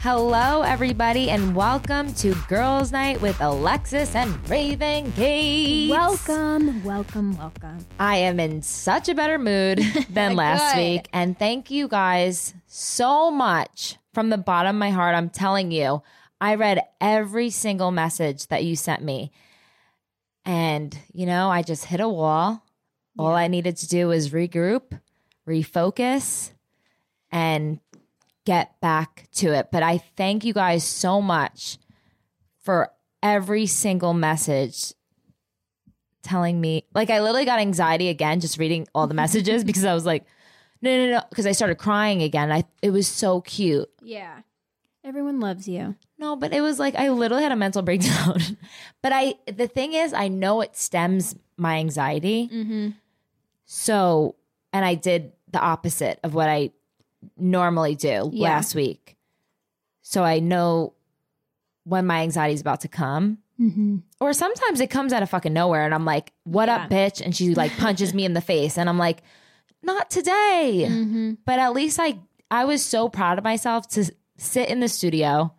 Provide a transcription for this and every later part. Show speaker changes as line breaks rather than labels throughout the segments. Hello, everybody, and welcome to Girls Night with Alexis and Raven Gates.
Welcome, welcome, welcome.
I am in such a better mood than last
Good.
week. And thank you guys so much from the bottom of my heart. I'm telling you, I read every single message that you sent me. And, you know, I just hit a wall. All I needed to do was regroup, refocus, and get back to it. But I thank you guys so much for every single message telling me like I literally got anxiety again just reading all the messages because I was like no no no because I started crying again. I it was so cute.
Yeah. Everyone loves you.
No, but it was like I literally had a mental breakdown. but I the thing is I know it stems my anxiety.
Mm-hmm.
So, and I did the opposite of what I normally do
Yeah.
last week. So I know when my anxiety is about to come.
Mm-hmm.
Or sometimes it comes out of fucking nowhere and I'm like, what
Yeah.
up, bitch? And she like punches me in the face. And I'm like, not today.
Mm-hmm.
But at least I, I was so proud of myself to s- sit in the studio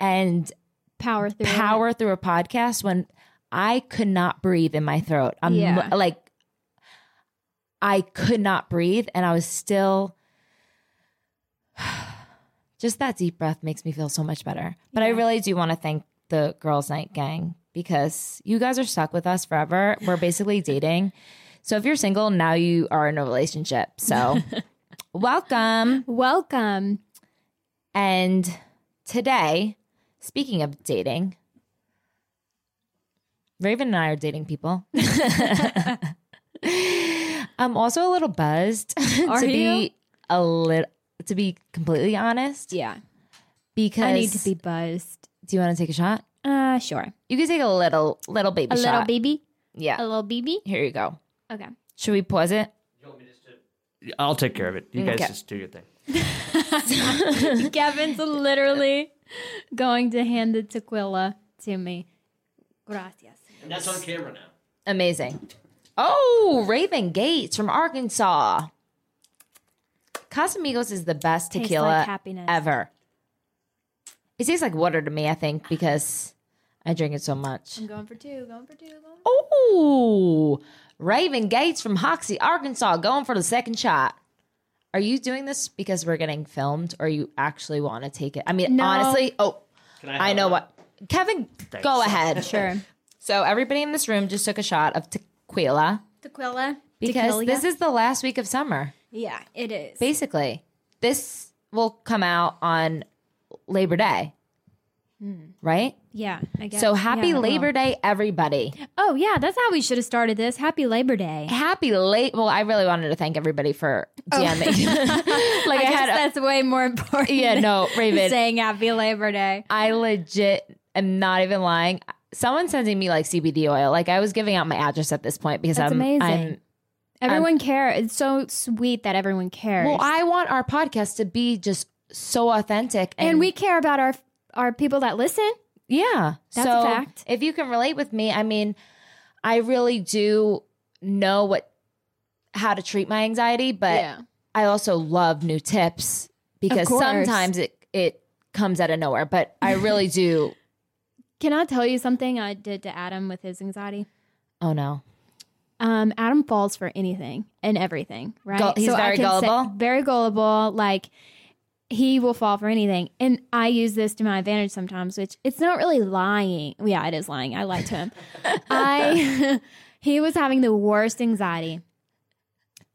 and
Power through. it.
power through a podcast when I could not breathe in my throat. I'm
Yeah.
l- like, I could not breathe, and I was still. Just that deep breath makes me feel so much better. But I
Yeah.
really do want to thank the Girls Night Gang because you guys are stuck with us forever. We're basically dating. So if you're single, now you are in a relationship. So welcome.
Welcome.
And today, speaking of dating, Raven and I are dating people. I'm also a little buzzed
Are
to
you?
be a little to be completely honest
Yeah.
because
I need to be buzzed.
do you want to take a shot?
Uh, sure.
You can take a little little baby
A
shot.
little baby.
yeah.
A little baby.
Here you go.
Okay.
Should we pause it?
I'll take care of it. You guys
Okay.
just do your thing.
Kevin's literally going to hand the tequila to me. Gracias.
And that's on camera now.
Amazing. Oh, Raven Gates from Arkansas. Casamigos is the best
Tastes
tequila
like happiness.
ever. It tastes like water to me, I think, because I drink it so much.
I'm going for two. Going for two. Going for
Oh, Raven Gates from Hoxie, Arkansas, going for the second shot. Are you doing this because we're getting filmed or you actually want to take it? I mean,
No.
honestly, oh,
Can
I know what. Kevin, go ahead.
Sure.
So, everybody in this room just took a shot of tequila
Tequila.
because
Tequila.
this is the last week of summer
Yeah, it is.
basically this will come out on labor day right
Hmm. yeah. I guess.
so happy
Yeah, it will.
labor day everybody
Oh yeah, that's how we should have started this. Happy Labor Day.
happy late well i really wanted to thank everybody for
Oh.
dming like i,
I guess
had
that's way more important.
yeah
than
no raven
saying Happy Labor Day.
i legit am not even lying someone sending me like cbd oil like i was giving out my address at this point because
That's
i'm
amazing.
i'm
Everyone cares. It's so sweet that everyone cares.
well i want our podcast to be just so authentic
and, we care about our our people that listen.
Yeah.
That's
so
a fact.
if you can relate with me, I mean, I really do know what how to treat my anxiety, but I also love new tips because
course.
sometimes it it comes out of nowhere, but I really do.
Can I tell you something I did to Adam with his anxiety?
Oh no.
Um, Adam falls for anything and everything, right?
Gul- he's very
can say-
gullible?
very gullible. Like he will fall for anything, and I use this to my advantage sometimes. Which it's not really lying. Yeah, it is lying. I lied to him. I he was having the worst anxiety.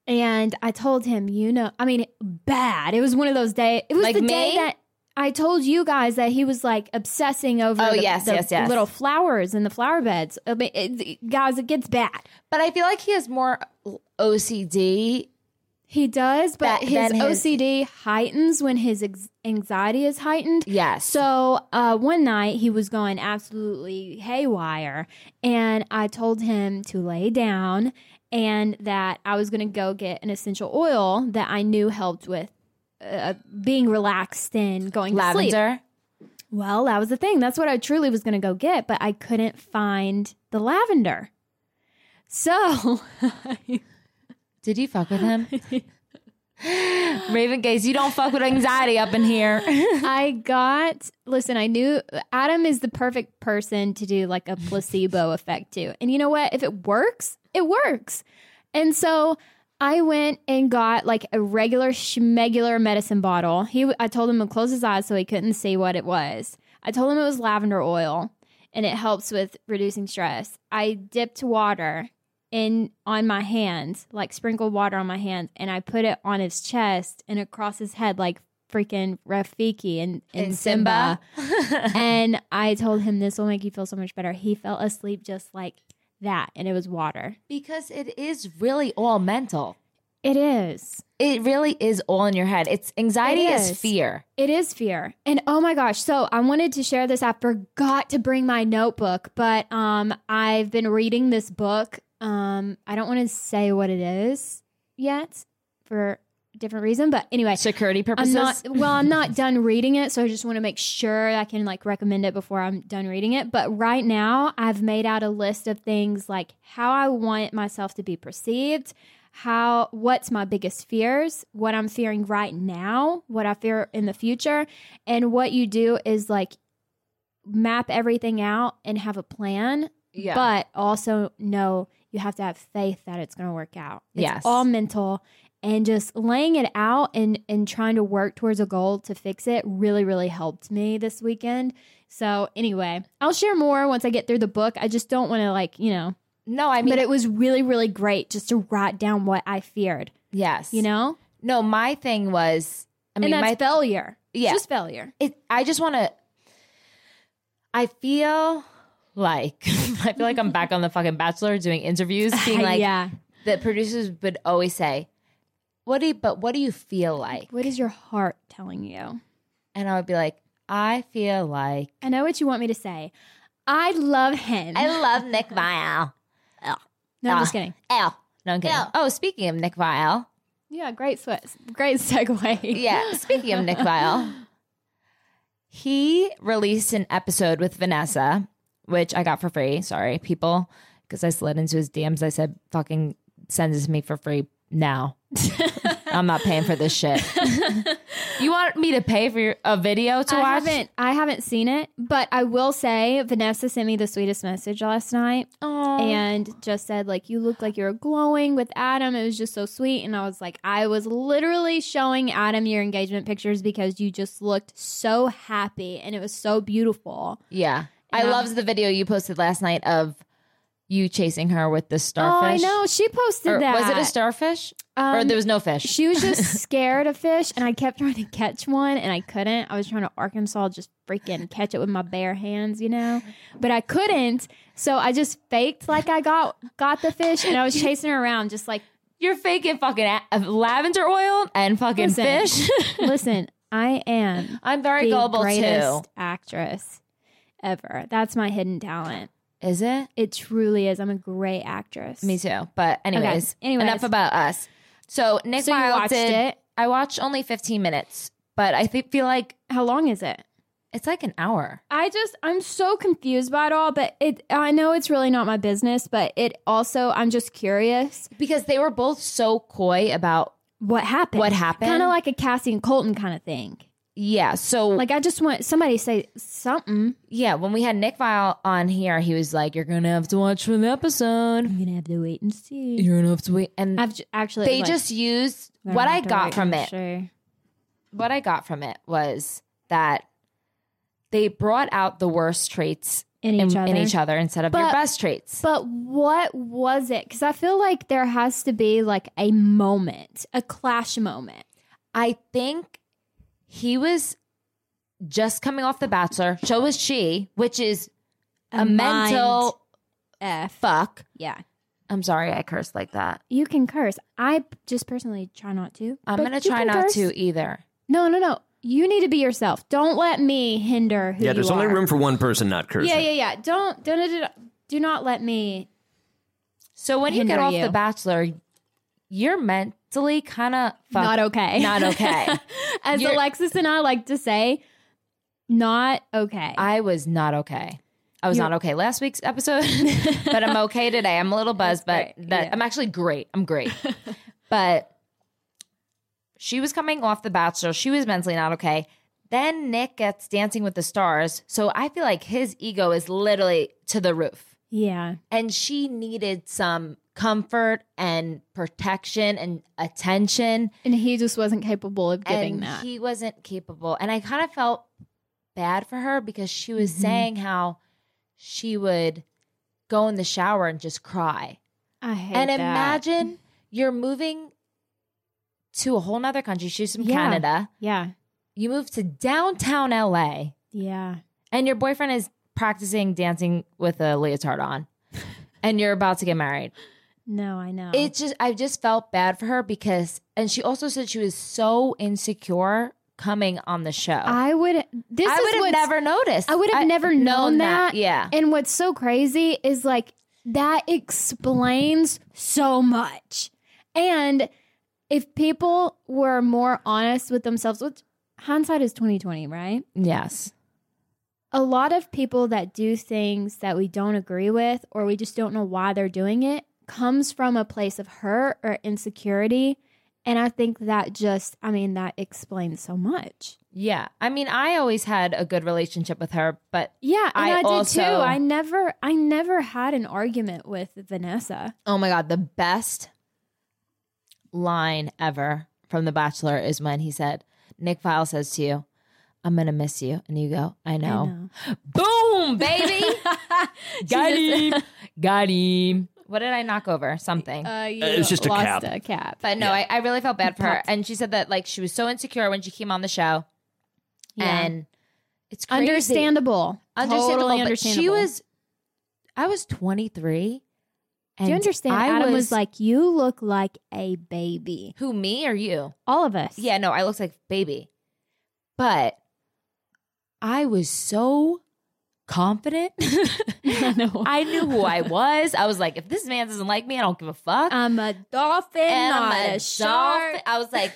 And I told him, you know, I mean, bad. It was one of those days. It was
Like
the
me?
day that I told you guys that he was like obsessing over
Oh,
the,
yes,
the
yes, yes.
little flowers in the flower beds. I mean, it, guys, it gets bad.
But I feel like he has more OCD.
He does,
That-
but his,
then his-
OCD heightens when his ex- anxiety is heightened.
Yes.
So uh, one night he was going absolutely haywire, and I told him to lay down and that I was going to go get an essential oil that I knew helped with uh, being relaxed and going to sleep.
lavender.
Well, that was the thing. That's what I truly was going to go get, but I couldn't find the lavender. So
Did you fuck with him? Raven Gaze, you don't fuck with anxiety up in here.
I got listen, I knew Adam is the perfect person to do like a placebo effect too. And you know what? If it works, it works. And so I went and got like a regular schmegular medicine bottle. He I told him to close his eyes so he couldn't see what it was. I told him it was lavender oil and it helps with reducing stress. I dipped water in on my hands, like sprinkled water on my hands, and I put it on his chest and across his head like freaking Rafiki and, and, Simba. and I told him this will make you feel so much better. He fell asleep just like that, and it was water.
because it is really all mental.
It is.
It really is all in your head. It's anxiety
It
is.
is.
fear.
It is fear. And oh my gosh, so I wanted to share this. I forgot to bring my notebook, but um I've been reading this book. Um I don't want to say what it is yet for a different reason, but anyway,
Security
I'm
purposes.
not well, I'm not done reading it, so I just want to make sure I can like recommend it before I'm done reading it. But right now, I've made out a list of things like how I want myself to be perceived, how what's my biggest fears, what I'm fearing right now, what I fear in the future, and what you do is like map everything out and have a plan,
yeah.
but also know you have to have faith that it's going to work out. It's
Yes.
all mental and just laying it out and and trying to work towards a goal to fix it really really helped me this weekend. So anyway, I'll share more once I get through the book. I just don't want to like, you know,
no, I mean,
but it was really really great just to write down what I feared,
yes.
you know?
no, my thing was, I mean,
and that's
my
failure.
Yeah.
Just failure.
it, I just want to. I feel like I feel like I'm back on the fucking Bachelor doing interviews, being like
yeah.
the producers would always say, "What do you?" But what do you feel like?
What is your heart telling you?
And I would be like, "I feel like
I know what you want me to say. I love him.
I love Nick Vial."
no, I'm just
Ah.
kidding.
L. No, I'm kidding.
L.
Oh, speaking of Nick Vial,
Yeah, great sweat. Great segue.
yeah. Speaking of Nick Vial, he released an episode with Vanessa, which I got for free. Sorry, people, because I slid into his DMs. I said, "Fucking send this to me for free now." I'm not paying for this shit. you want me to pay for your, a video to
I
watch?
haven't I haven't seen it, but I will say Vanessa sent me the sweetest message last night
Aw.
and just said like you look like you're glowing with Adam. It was just so sweet and I was like I was literally showing Adam your engagement pictures because you just looked so happy and it was so beautiful.
yeah, I
Yeah.
loved the video you posted last night of you chasing her with the
Oh, I
starfish.
know. She posted
Or
that.
was it a starfish? or
Um,
there was no fish.
She was just scared of fish, and I kept trying to catch one, and I couldn't. I was trying to Arkansas just freaking catch it with my bare hands, you know, but I couldn't. So I just faked like I got got the fish, and I was chasing her around, just like
You're faking fucking a- lavender oil and fucking
Listen.
fish.
listen, I am
I'm very
the
gullible
greatest
too.
actress ever. That's my hidden talent.
Is it?
It truly is. I'm a great actress.
Me too. But anyways,
Anyways.
enough about us. So Nick
So you
Wilde
watched
did-
it?
I watched only 15 minutes, but I thi- feel like
How long is it?
it's like an hour.
I just I'm so confused by it all, but it I know it's really not my business, but it also I'm just curious
Because they were both so coy about
what happened.
What happened?
Kind of like a Cassie and Colton kind of thing.
yeah. So
Like I just want somebody to say something.
yeah, when we had Nick Vile on here, he was like, "You're gonna have to watch for the episode.
I'm gonna have to wait and see.
You're gonna have to wait." And
I've j- actually
they
like,
just used
I'm
what
gonna
I
have to
got
wait
from
and
it.
Sure.
what I got from it was that they brought out the worst traits
In
in
each
in
other.
instead of your
But-
best traits.
But what was it? Because I feel like there has to be like a moment, a clash moment.
I think he was just coming off The Bachelor. So was she, which is a,
mind
mental
F.
fuck.
Yeah.
I'm sorry I cursed like that.
You can curse. I just personally try not to.
I'm
but
going to
you
try
can
not
curse.
to either.
No, no, no. You need to be yourself. Don't let me hinder who
yeah,
you
there's only
are.
room for one person not cursing.
Yeah, yeah, yeah. Don't don't do not do not let me.
So when you
Hinder
get off
you.
The Bachelor, you're mentally kind of
Not
fucked.
okay.
Not okay.
As
You're-
Alexis and I like to say, not okay.
I was not okay. I was
You-
not okay last week's episode, but I'm okay today. I'm a little buzzed, but
great.
that
Yeah.
I'm actually great. I'm great. but She was coming off The Bachelor. She was mentally not okay. Then Nick gets Dancing with the Stars. So I feel like his ego is literally to the roof.
Yeah.
And she needed some comfort and protection and attention.
And he just wasn't capable of giving
and
that.
he wasn't capable. And I kind of felt bad for her because she was
Mhm.
saying how she would go in the shower and just cry.
I hate
and
that.
imagine you're moving to a whole nother country. She's from
Yeah.
Canada.
Yeah.
You move to downtown LA
Yeah.
and your boyfriend is practicing dancing with a leotard on and you're about to get married.
No, I know.
It just I just felt bad for her because and she also said she was so insecure coming on the show.
I would this
I
is
would have
what's-
never noticed.
I would have never known that.
Yeah.
And what's so crazy is like that explains so much. And if people were more honest with themselves, which hindsight is twenty twenty, right?
Yes.
A lot of people that do things that we don't agree with or we just don't know why they're doing it comes from a place of hurt or insecurity. And I think that just, I mean, that explains so much.
Yeah. I mean, I always had a good relationship with her, but
Yeah, and
I
I, did
also-
too. I never, I never had an argument with Vanessa.
oh my god, the best line ever from The Bachelor is when he said, Nick File says to you, I'm gonna miss you. And you go, I know. Boom, baby. Got
She
him. Got him. What did I knock over? Something.
Uh, you
It's just a
lost
cap.
a cap.
but no, I, I really felt bad for her.
That's-
And she said that like she was so insecure when she came on the show.
Yeah.
And it's crazy.
understandable.
understandable,
Totally
but
understandable.
She was, I was 23.
Do you
and
understand?
I
Adam was like, "You look like a baby."
who, me or you?
All of us.
Yeah, no, I looked like baby. But I was so confident.
I know.
I knew who I was. I was like, if this man doesn't like me, I don't give a fuck.
I'm a dolphin,
And I'm
not
a
a, shark.
dolphin. I was like,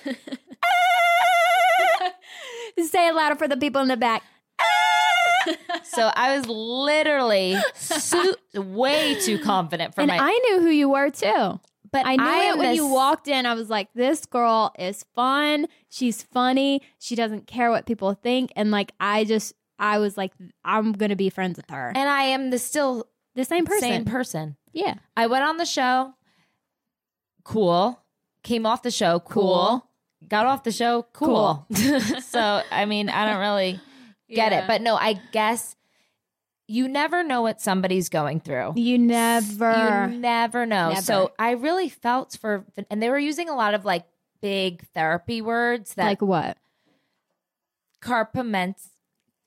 Say it louder for the people in the back.
so I was literally su- way too confident for
and
my.
I knew who you were too.
but
I knew it
am
when you
this-
walked in. I was like, this girl is fun. She's funny. She doesn't care what people think. And like, I just, I was like, I'm going to be friends with her.
and I am the still
the same person.
same person.
yeah.
I went on the show. Cool. Came off the show. Cool. Got off the show. Cool. so, I mean, I don't really get it. But no, I guess you never know what somebody's going through.
you never.
You never know.
Never.
So, I really felt for, and they were using a lot of like big therapy words that
like what?
carpaments.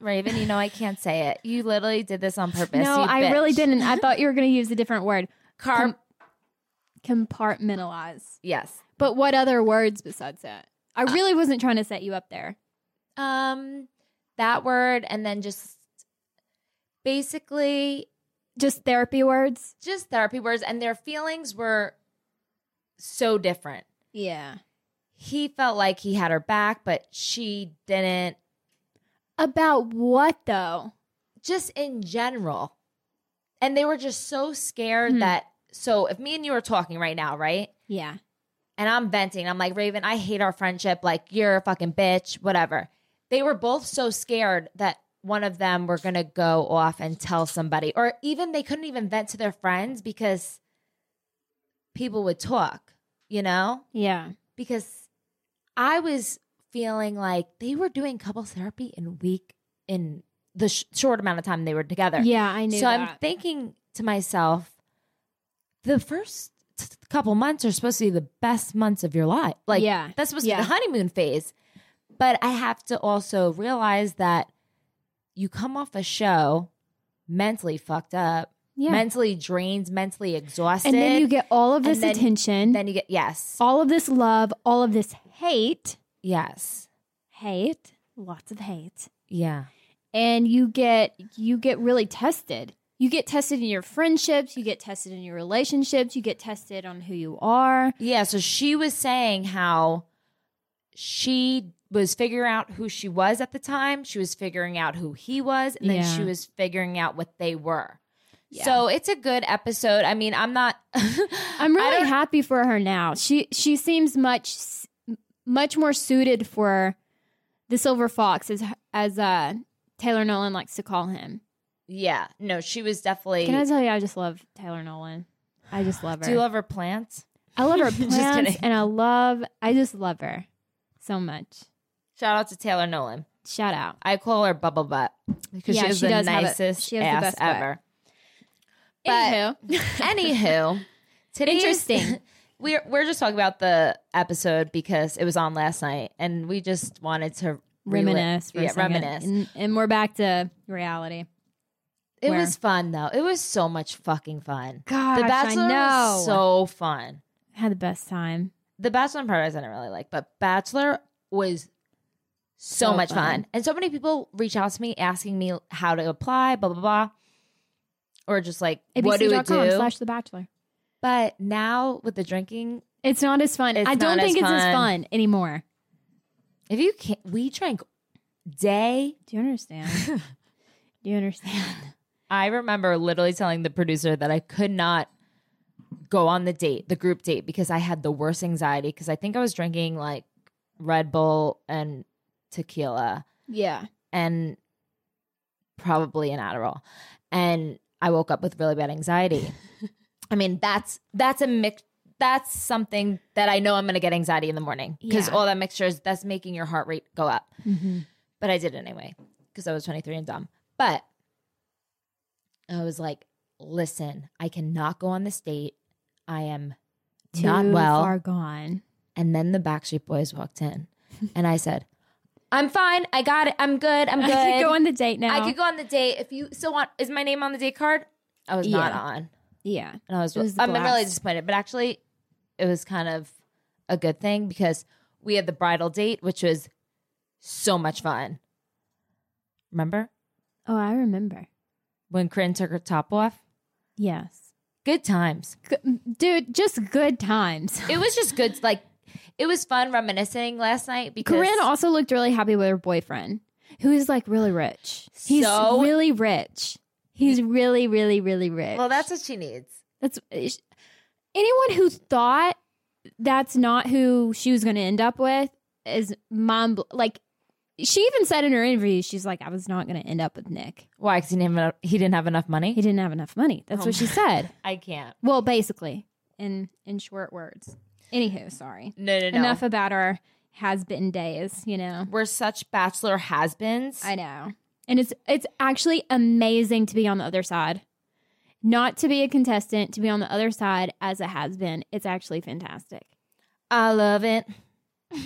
Raven, you know, I can't say it. You literally did this on purpose.
no,
you
I really
bitch.
didn't. Um, I thought you were going to use a different word.
Carp.
Com- compartmentalize.
yes.
But what other words besides that? I
Uh,
really wasn't trying to set you up there.
um that word and then just basically
Just therapy words.
just therapy words and their feelings were so different
Yeah.
he felt like he had her back but she didn't
About what though?
just in general and they were just so scared
Hmm.
that so if me and you are talking right now right
Yeah.
and I'm venting. I'm like, Raven, I hate our friendship. Like, you're a fucking bitch, whatever. They were both so scared that one of them were going to go off and tell somebody, or even they couldn't even vent to their friends because people would talk, you know?
Yeah.
Because I was feeling like they were doing couple therapy in week in the sh- short amount of time they were together.
Yeah, I knew
So
that.
I'm thinking to myself, the first t- t- couple months are supposed to be the best months of your life. Like,
Yeah.
that's supposed
Yeah.
to be the honeymoon phase. But I have to also realize that you come off a show mentally fucked up,
yeah.
mentally drained, mentally exhausted.
and then you get all of
and
this
then-
attention,
then you get, yes,
all of this love, all of this hate,
yes,
hate, lots of hate.
yeah,
And you get you get really tested. You get tested in your friendships, you get tested in your relationships, you get tested on who you are.
yeah. So she was saying how she was figuring out who she was at the time. She was figuring out who he was, and then
Yeah.
she was figuring out what they were.
Yeah.
So it's a good episode. I mean, I'm not.
I'm
I
really
don't-
happy for her now. She she seems much s- much more suited for the silver fox, as as uh, Taylor Nolan likes to call him.
Yeah. No, she was definitely.
Can I tell you, I just love Taylor Nolan. I just love her.
do you love her plants?
I love her
Just
plants,
kidding.
and I love. I just love her so much.
Shout out to Taylor Nolan.
Shout out.
I call her Bubble Butt because
Yeah,
she has
she
the
does have a-
nicest
she has the
ass
best butt.
ever.
But,
Anywho, today's
Interesting.
We're we're just talking about the episode because it was on last night, and we just wanted to reli-
reminisce. For a
yeah,
second.
reminisce.
and, and we're back to reality.
It
where-
was fun though. It was so much fucking fun.
Gosh,
the Bachelor was so fun.
had the best time.
The Bachelor in Paradise I didn't really like, but Bachelor was so,
So
much
fun.
fun. And so many people reach out to me asking me how to apply, blah blah blah, or just like what do we do?
ABC.com slash The Bachelor.
but now with the drinking,
It's not as fun.
It's
I don't
not
think
as
it's as
fun.
fun anymore.
if you can't, we drank day
Do you understand? do you understand?
I remember literally telling the producer that I could not go on the date, the group date, because I had the worst anxiety because I think I was drinking like Red Bull and tequila
Yeah.
and probably an Adderall. And I woke up with really bad anxiety. I mean, that's that's a mix that's something that I know I'm gonna get anxiety in the morning. Because
Yeah.
all that mixture is that's making your heart rate go up
Mm-hmm.
but I did it anyway because I was 23 and dumb. But I was like, listen, I cannot go on this date. I am not well.
far gone.
And then the Backstreet Boys walked in, and I said, I'm fine. I got it. I'm good. I'm good.
I could go on the date now.
I could go on the date if you still want. Is my name on the date card? I was not
Yeah.
on,
Yeah.
and I was.
It was the
I'm really
blast.
disappointed, but actually, it was kind of a good thing because we had the bridal date, which was so much fun. Remember?
Oh, I remember.
when Corinne took her top off.
Yes.
Good times.
G- dude, just good times.
It was just good. Like it was fun reminiscing last night because
Corinne also looked really happy with her boyfriend, who is like really rich. He's
So-
really rich. He's really, really, really rich.
well, that's what she needs.
that's ish- anyone who thought that's not who she was going to end up with is mom. Like she even said in her interview, she's like, "I was not going to end up with Nick.
Why? Because he didn't have, he didn't have enough
He
money.
didn't have enough money." That's
Oh
what she said.
I can't.
Well, basically, in in short words. Anywho, sorry.
No, no, no.
Enough about our has been days. You know.
We're such bachelor has-beens.
I know. And it's it's actually amazing to be on the other side. Not to be a contestant, to be on the other side as it has been. It's actually fantastic.
I love it.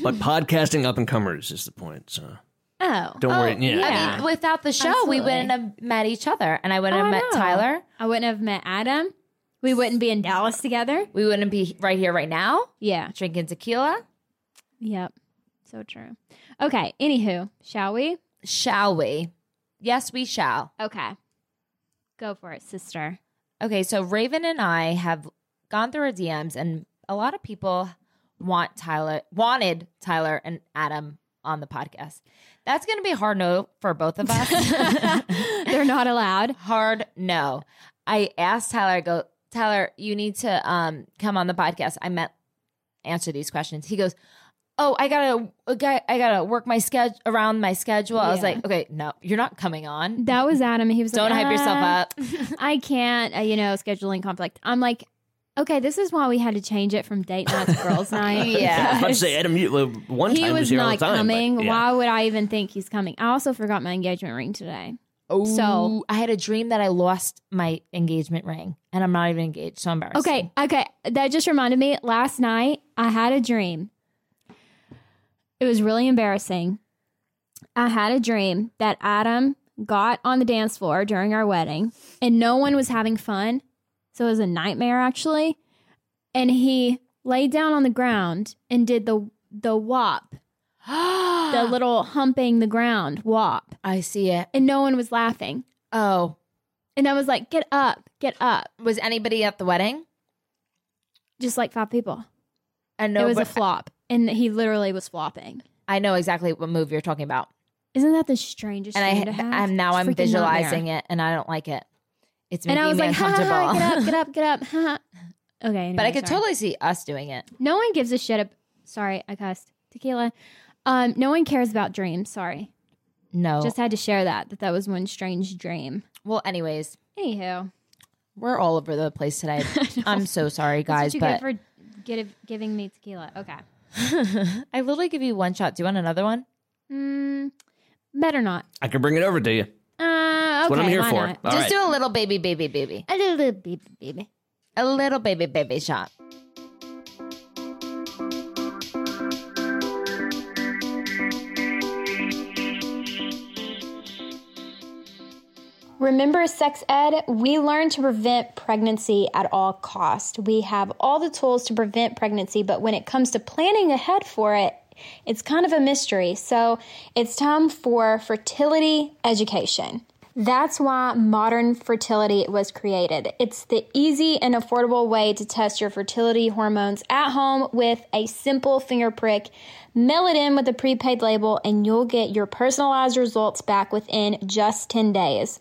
But podcasting up and comers is the point. So
Oh.
don't worry.
Oh,
Yeah.
yeah.
I mean, without the show,
Absolutely.
we wouldn't have met each other, and I wouldn't
Oh, I
have met
know.
Tyler.
I wouldn't have met Adam. We wouldn't be in Dallas together.
We wouldn't be right here, right now,
Yeah.
drinking tequila.
Yep. So true. Okay. Anywho, shall we?
Shall we? Yes, we shall.
Okay. Go for it, sister.
Okay, so Raven and I have gone through our DMs, and a lot of people want Tyler, wanted Tyler and Adam on the podcast. That's going to be a hard no for both of us.
They're not allowed.
hard no. I asked Tyler, I go, Tyler, you need to um, come on the podcast. I meant answer these questions. He goes, Oh, I gotta, I gotta- I gotta work my schedule around my schedule. I was
Yeah.
like, Okay, no, you're not coming on.
That was Adam. He was
Don't
like,
hype yourself
"Ah,
up.
I can't, uh, you know, scheduling conflict. I'm like, okay, this is why we had to change it from date night to girls' night.
Yeah.
I was about to
because
say, Adam, you, well, one
He
time
was
here all
not
the time. but
coming.
yeah.
Why would I even think he's coming? I also forgot my engagement ring today.
Oh,
So-
I had a dream that I lost my engagement ring, and I'm not even engaged. So embarrassed.
Okay, okay. That just reminded me last night I had a dream. It was really embarrassing. I had a dream that Adam got on the dance floor during our wedding and no one was having fun. So it was a nightmare actually. And he laid down on the ground and did the the wop, the
the
little humping the ground wop.
I see it.
And no one was laughing.
Oh, uh,
And I was like, "Get up, get up."
was anybody at the wedding?
Just like five people.
I know.
it was a
but
flop, and he literally was flopping.
I know exactly what move you're talking about,
Isn't that the strangest
and
thing to
I,
have?
I'm now
It's
I'm
freaking
visualizing
nightmare.
it, and I don't like it. It's
And
making
I was
me
like, ha, ha,
uncomfortable.
ha, get up, get up, get up. ha, ha. okay,
but I
anyway,
could
sorry.
totally see us doing it.
No one gives a shit. Ab- sorry, I cussed.
tequila. Um, no one cares about dreams. Sorry,
No.
just had to share that that that was one strange dream.
well, anyways,
Anywho,
we're all over the place today. I'm so sorry,
that's what
guys,
you
but
get for get, giving me tequila. Okay,
I literally give you one shot. Do you want another one?
mm, better not.
I can bring it over to
Uh,
you.
okay,
That's what I'm here
why
for.
not?
All
just
right.
do a little baby, baby, baby.
A little baby, baby.
A little baby, baby shot.
Remember sex ed? We learn to prevent pregnancy at all cost. We have all the tools to prevent pregnancy, but when it comes to planning ahead for it, it's kind of a mystery. So, it's time for fertility education. That's why modern fertility was created. It's the easy and affordable way to test your fertility hormones at home with a simple finger prick. Mail it in with a prepaid label, and you'll get your personalized results back within just 10 days.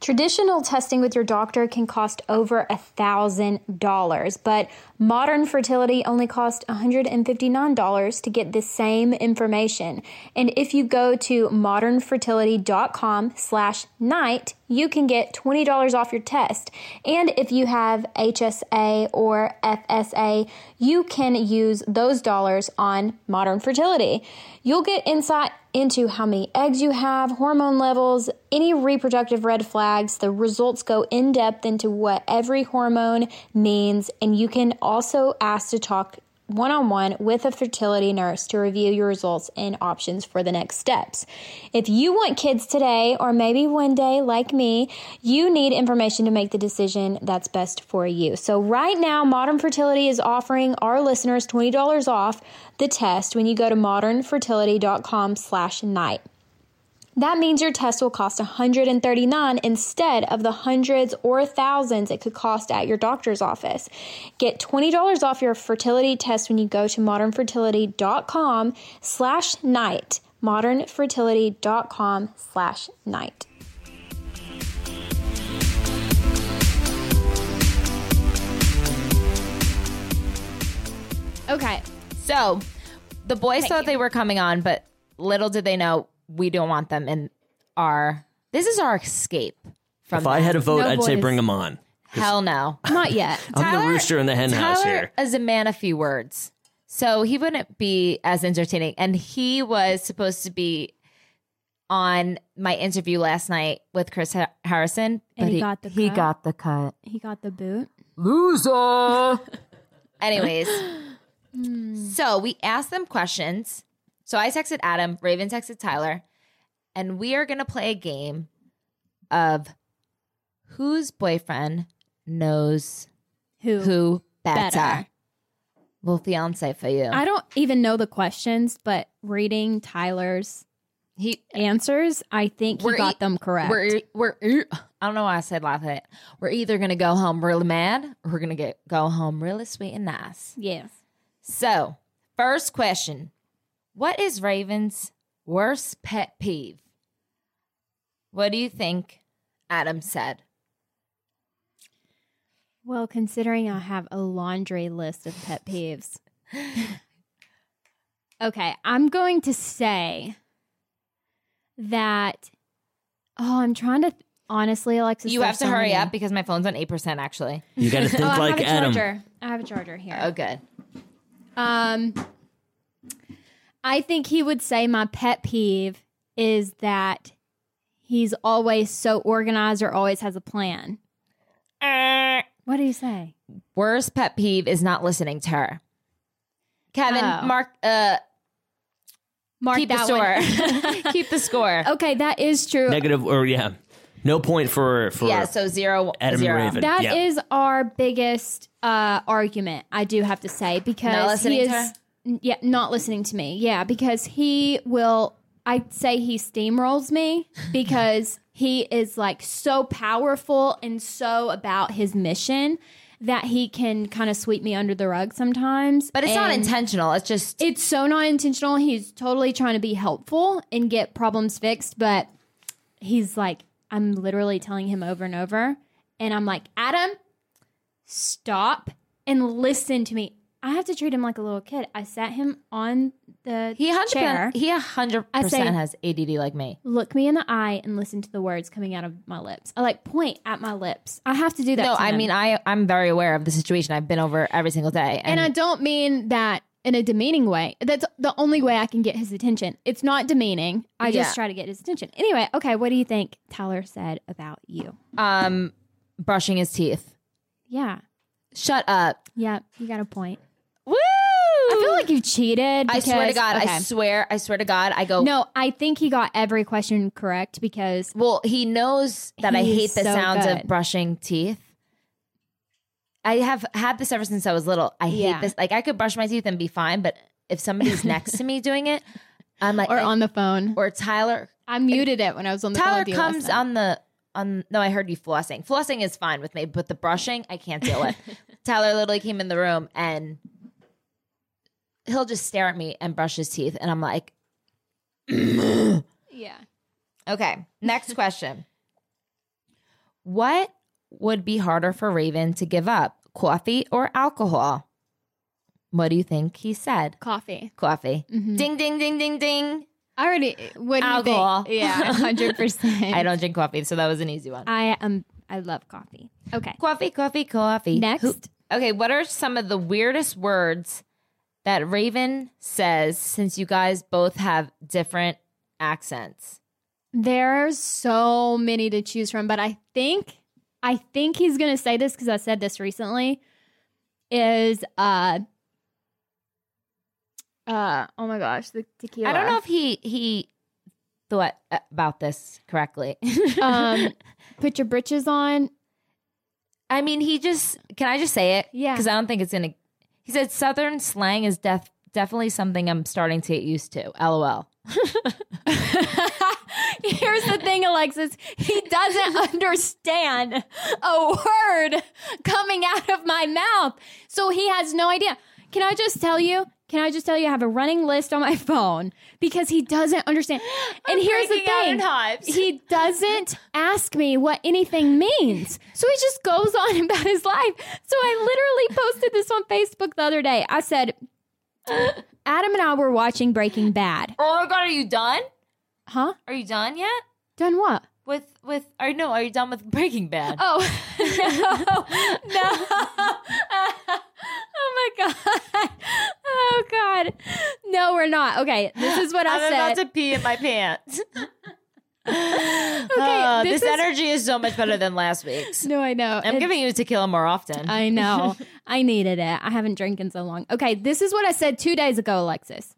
Traditional testing with your doctor can cost over $1,000, but modern fertility only costs $159 to get the same information. And if you go to modernfertility.com slash night, you can get $20 off your test. And if you have HSA or FSA, you can use those dollars on modern fertility. You'll get insight into how many eggs you have, hormone levels, any reproductive red flags. The results go in depth into what every hormone means, and you can also ask to talk one on one with a fertility nurse to review your results and options for the next steps. If you want kids today, or maybe one day like me, you need information to make the decision that's best for you. So, right now, Modern Fertility is offering our listeners $20 off the test when you go to modernfertility.com slash night. That means your test will cost $139 instead of the hundreds or thousands it could cost at your doctor's office. Get $20 off your fertility test when you go to modernfertility.com slash night. Modernfertility.com slash night.
Okay,
So the boys thought they were coming on, but little did they know we don't want them in our. This is our escape from.
If I had a vote,
No
I'd say
voice.
bring them on.
hell no.
not yet.
I'm the rooster in the hen house
Tyler
here.
is a man of few words, so he wouldn't be as entertaining. And he was supposed to be on my interview last night with Chris Ha- Harrison,
And
but
he got the
he
cut?
got the cut.
he got the boot.
Loser. Anyways,
Hmm.
so we asked them questions. So I texted Adam, Raven texted Tyler, and we are going to play a game of whose boyfriend knows
Who?
who better.
Better.
Well, fiance for you.
I don't even know the questions, but reading Tyler's
he
answers, I think he
We're
got
e-
them correct.
we're we're e, I don't know why I said laugh at it. We're either going to go home really mad or we're going to get go home really sweet and nice.
yes.
So, first question What is Raven's worst pet peeve? What do you think Adam said?
Well, considering I have a laundry list of pet peeves. okay, I'm going to say that. Oh, I'm trying to. Honestly, Alexis,
you
there's
have to
so
hurry
many.
up because my phone's on 8% actually.
You got to think
Oh, I
like
have a
Adam.
charger. I have a charger here.
Oh, good.
Um, I think he would say my pet peeve is that he's always so organized or always has a plan. What do you say?
Worst pet peeve is not listening to her. Kevin,
Oh.
mark, uh,
Mark
keep the
that one.
score. Oh, keep the score.
okay, that is true.
Negative or yeah, no point for for
Yeah, so zero,
Adam
zero.
and Raven.
That is
yeah.
our biggest uh, argument, I do have to say, because
Not listening
he
to
is
her?
n- yeah, not listening to me. Yeah, because he will I'd say he steamrolls me because he is like so powerful and so about his mission that he can kind of sweep me under the rug sometimes.
But it's not
And-
intentional. It's just,
it's so not intentional. He's totally trying to be helpful and get problems fixed, but he's like, I'm literally telling him over and over. And I'm like, Adam, stop and listen to me.
I have to treat him like a little kid. I sat him on the
He
chair.
hundred he a hundred
I say-
percent has ADD like me.
look me in the eye and listen to the words coming out of my lips. I like point at my lips. I have to do that.
No,
to
I
him.
mean I I'm very aware of the situation. I've been over every single day,
and I don't mean that in a demeaning way. That's the only way I can get his attention. It's not demeaning. I just
Yeah.
try to get his attention. Anyway, okay, what do you think Tyler said about you?
um brushing his teeth.
Yeah.
Shut up.
Yeah, you got a point.
Woo!
I feel like you cheated.
I swear to
because-
God, I
okay.
swear, I swear to God, I go.
no, I think he got every question correct because
Well, he knows that I
He's
hate the
so
sounds
good.
of brushing teeth. I have had this ever since I was little. I
Yeah.
hate this. Like I could brush my teeth and be fine, but if somebody's next to me doing it, I'm like,
or on the phone.
or Tyler.
I muted it when I was on the phone.
Tyler
with you last
comes
night.
on the on. No, I heard you flossing. Flossing is fine with me, but the brushing, I can't deal with. Tyler literally came in the room and he'll just stare at me and brush his teeth, and I'm like,
Yeah.
Okay, next question. what would be harder for Raven to give up, coffee or alcohol? What do you think he said?
Coffee.
Coffee.
Mhm.
Ding, ding, ding, ding, ding.
I already what do
Alcohol.
You think? Yeah, hundred percent.
I don't drink coffee, so that was an easy one.
I um I love coffee. Okay.
coffee, coffee, coffee.
Next.
Who- okay, what are some of the weirdest words that Raven says since you guys both have different accents?
There are so many to choose from, but I think I think he's gonna say this because I said this recently. Is uh uh oh my gosh, the tequila.
I don't know if he he thought uh, about this correctly.
um put your britches on.
I mean, he just can I just say it?
Yeah.
because I don't think it's gonna. He said Southern slang is def- definitely something I'm starting to get used to. LOL.
Here's the thing, Alexis. He doesn't understand a word coming out of my mouth. So he has no idea. Can I just tell you? Can I just tell you? I have a running list on my phone because he doesn't understand. And here's the
breaking out
thing.
in hives.
He doesn't ask me what anything means. So he just goes on about his life. So I literally posted this on Facebook the other day. I said, Adam and I were watching Breaking Bad.
Oh my god, are you done?
Huh?
Are you done yet?
Done what?
With with or no? Are you done with Breaking Bad?
Oh no, no! oh my god! Oh god! No, we're not. Okay, this is what I
I'm
said.
about to pee in my pants. okay, this,
this is-
energy is so much better than last week's.
no, I know.
I'm
It-
giving you tequila more often.
I know. I needed it. I haven't drank in so long. Okay, this is what I said two days ago, Alexis.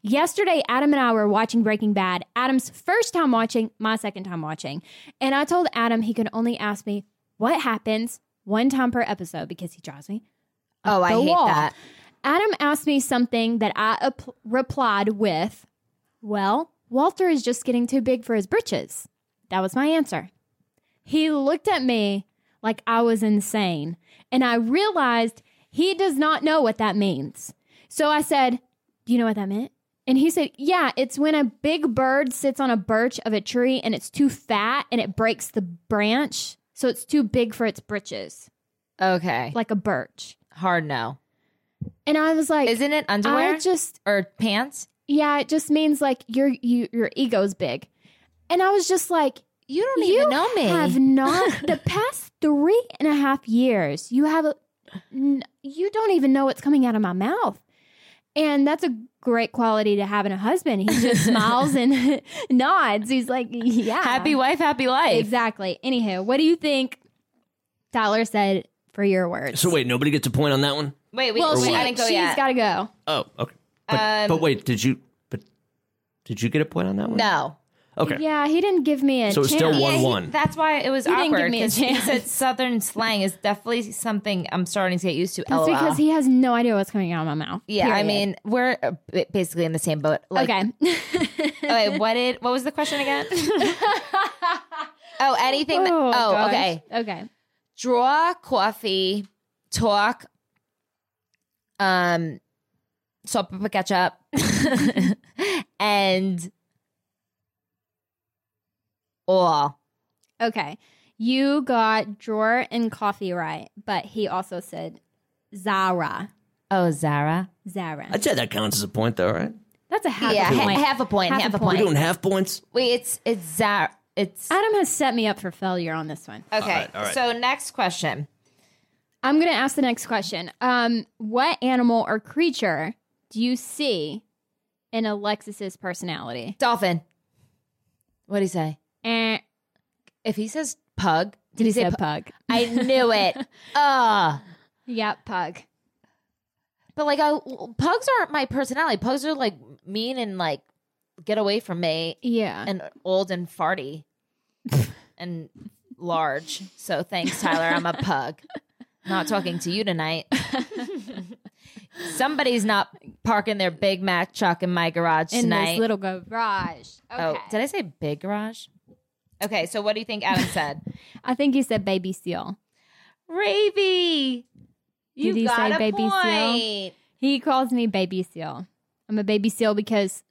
Yesterday, Adam and I were watching Breaking Bad. Adam's first time watching, my second time watching. And I told Adam he could only ask me what happens one time per episode because he drives me
oh, I
the
hate
wall.
that.
Adam asked me something that I ap- replied with, Well, Walter is just getting too big for his britches. That was my answer. He looked at me like I was insane, and I realized he does not know what that means. So I said, Do you know what that meant? And he said, Yeah, it's when a big bird sits on a birch of a tree and it's too fat and it breaks the branch. So it's too big for its britches,
Okay,
like a birch.
hard no.
And I was like,
Isn't it underwear
I just
or pants?
Yeah, it just means like your you, your ego's big. And I was just like,
You don't
You
even know me.
have not the past three and a half years. You have, a, n- you don't even know what's coming out of my mouth, and that's a great quality to have in a husband. He just smiles and nods. He's like, yeah,
happy wife, happy life.
exactly. Anywho, what do you think? Tyler said for your words.
So wait, nobody gets a point on that one.
Wait, wait,
well,
wait,
she,
I didn't go
has
yet.
got to go.
Oh, okay. But,
Um,
but wait, did you? But did you get a point on that one?
no.
Okay.
Yeah, he didn't give me a.
So it's still
chance.
one-
he-
one.
that's why it was
He didn't give
awkward.
me a
'cause He
chance.
said Southern slang is definitely something I'm starting to get used to.
That's
LOL.
because he has no idea what's coming out of my mouth.
yeah, I
Period.
mean, we're uh, b- basically in the same boat. Like,
okay.
okay, what did what was the question again? oh, anything. That, oh,
gosh.
okay.
Okay.
Draw coffee, talk. Um, salt, pepper, ketchup, and all.
Okay. You got drawer and coffee right, but he also said Zara.
Oh, Zara.
Zara.
I'd say that counts as a point, though, right?
That's a half
Yeah,
a
ha-
point.
half a point, half a
We're
point. Ah.
doing half points.
Wait, it's it's Zara. It's
Adam has set me up for failure on this one.
okay.
right, all right.
So next question.
I'm going to ask the next question. Um, what animal or creature do you see in Alexis's personality?
Dolphin. What did he say?
Eh,
If he says pug, did he, say
said
pug?
pug?
I knew it. Ah.
Yeah, pug.
But like, I, pugs aren't my personality. Pugs are like mean and like get away from me
Yeah.
and old and farty and large. So thanks, Tyler. I'm a pug. Not talking to you tonight. Somebody's not parking their Big Mac truck in my garage
in
tonight.
this little garage. Okay.
Oh, did I say big garage? Okay, so what do you think Adam said?
I think you said baby seal.
Ravy, you
Did he
got
say
a
baby seal?
point.
He calls me baby seal. I'm a baby seal because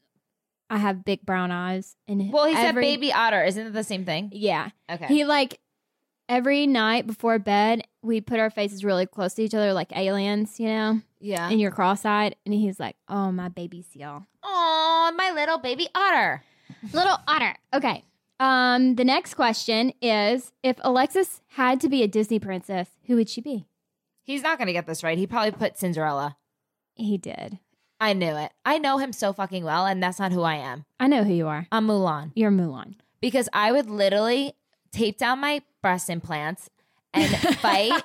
I have big brown eyes. And
Well, he said
every-
baby otter. Isn't it the same thing?
Yeah,
Okay.
he like every night before bed, we put our faces really close to each other, like aliens, you know,
yeah.
and you're cross-eyed. And he's like, "Oh, my baby seal,
Oh, my little baby otter.
little otter." Okay. Um, the next question is: If Alexis had to be a Disney princess, who would she be?
He's not going to get this right. He probably put Cinderella.
He did.
I knew it. I know him so fucking well, and that's not who I am.
I know who you are.
I'm Mulan
You're Mulan.
because I would literally tape down my breast implants and fight,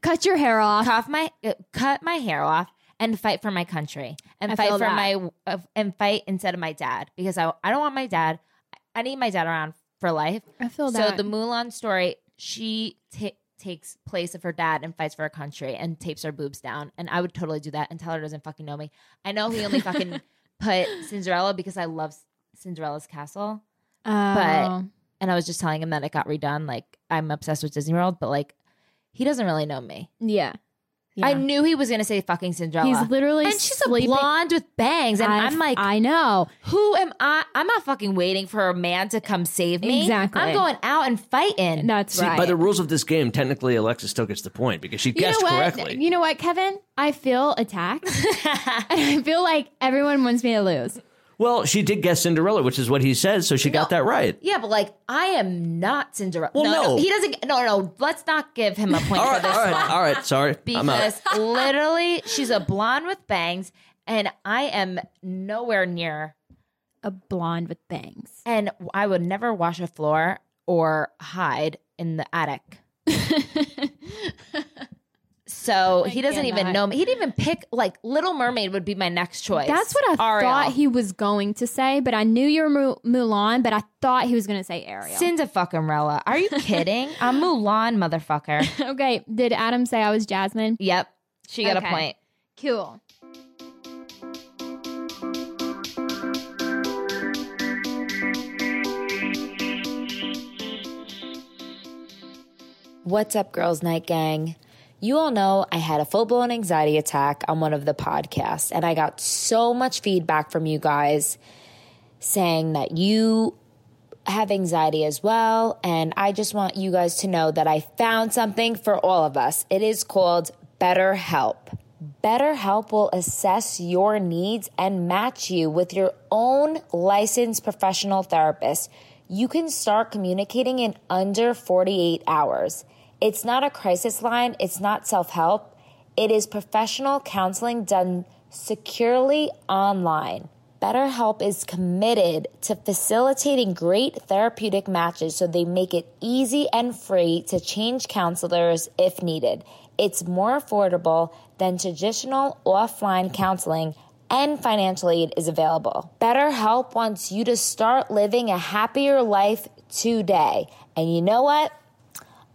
Cut your hair off.
cough my, uh, cut my hair off, and fight for my country and
I
fight
feel
for
that.
my uh, and fight instead of my dad because I I don't want my dad. I need my dad around for life.
I feel
So the Mulan story, she ta takes place of her dad and fights for her country and tapes her boobs down. And I would totally do that. And Tyler doesn't fucking know me. I know he only fucking put Cinderella because I love S- Cinderella's castle.
Oh.
And I was just telling him that it got redone. Like I'm obsessed with Disney World, but like he doesn't really know me.
yeah.
I knew he was gonna say fucking Cinderella.
He's literally
and she's
sleeping.
a blonde with bangs, and i
I've-
am like,
I know.
who am I? I'm not fucking waiting for a man to come save me.
Exactly.
I'm going out and fighting.
That's
See,
right.
by the rules of this game, technically Alexis still gets the point because she
you know
guessed
what?
correctly.
You know what, Kevin? I feel attacked. I feel like everyone wants me to lose.
well, she did guess Cinderella, which is what he says, so she got that right.
Yeah, but like I am not Cinderella.
Well, no.
he doesn't. No, no. Let's not give him a point
All
for
right,
this
all right,
one
all right. Sorry, I'm out.
because literally she's a blonde with bangs, and I am nowhere near.
A blonde with bangs.
And I would never wash a floor or hide in the attic. So he doesn't even
cannot.
know me. He didn't even pick like Little Mermaid would be my next choice.
That's what I
Ariel.
thought he was going to say, but I knew you were Mu- Mulan, but I thought he was going to say Ariel.
Cinda fucking Rella. Are you kidding? I'm Mulan, motherfucker.
okay. Did Adam say I was Jasmine?
Yep, she got
Okay.
a point.
Cool.
What's up, Girls Night Gang? You all know I had a full blown anxiety attack on one of the podcasts, and I got so much feedback from you guys saying that you have anxiety as well. And I just want you guys to know that I found something for all of us. It is called BetterHelp. BetterHelp will assess your needs and match you with your own licensed professional therapist. You can start communicating in under 48 hours. It's not a crisis line, it's not self help. It is professional counseling done securely online. BetterHelp is committed to facilitating great therapeutic matches so they make it easy and free to change counselors if needed. It's more affordable than traditional offline counseling and financial aid is available. BetterHelp wants you to start living a happier life today. And you know what?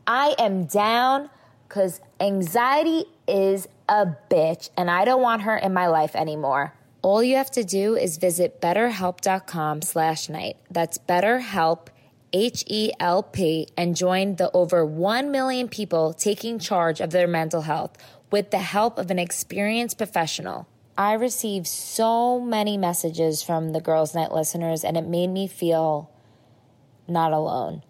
I am down because anxiety is a bitch and I don't want her in my life anymore. All you have to do is visit betterhelp.com slash night. That's betterhelp, H-E-L-P, and join the over 1 million people taking charge of their mental health with the help of an experienced professional. I received so many messages from the Girls Night listeners and it made me feel not alone.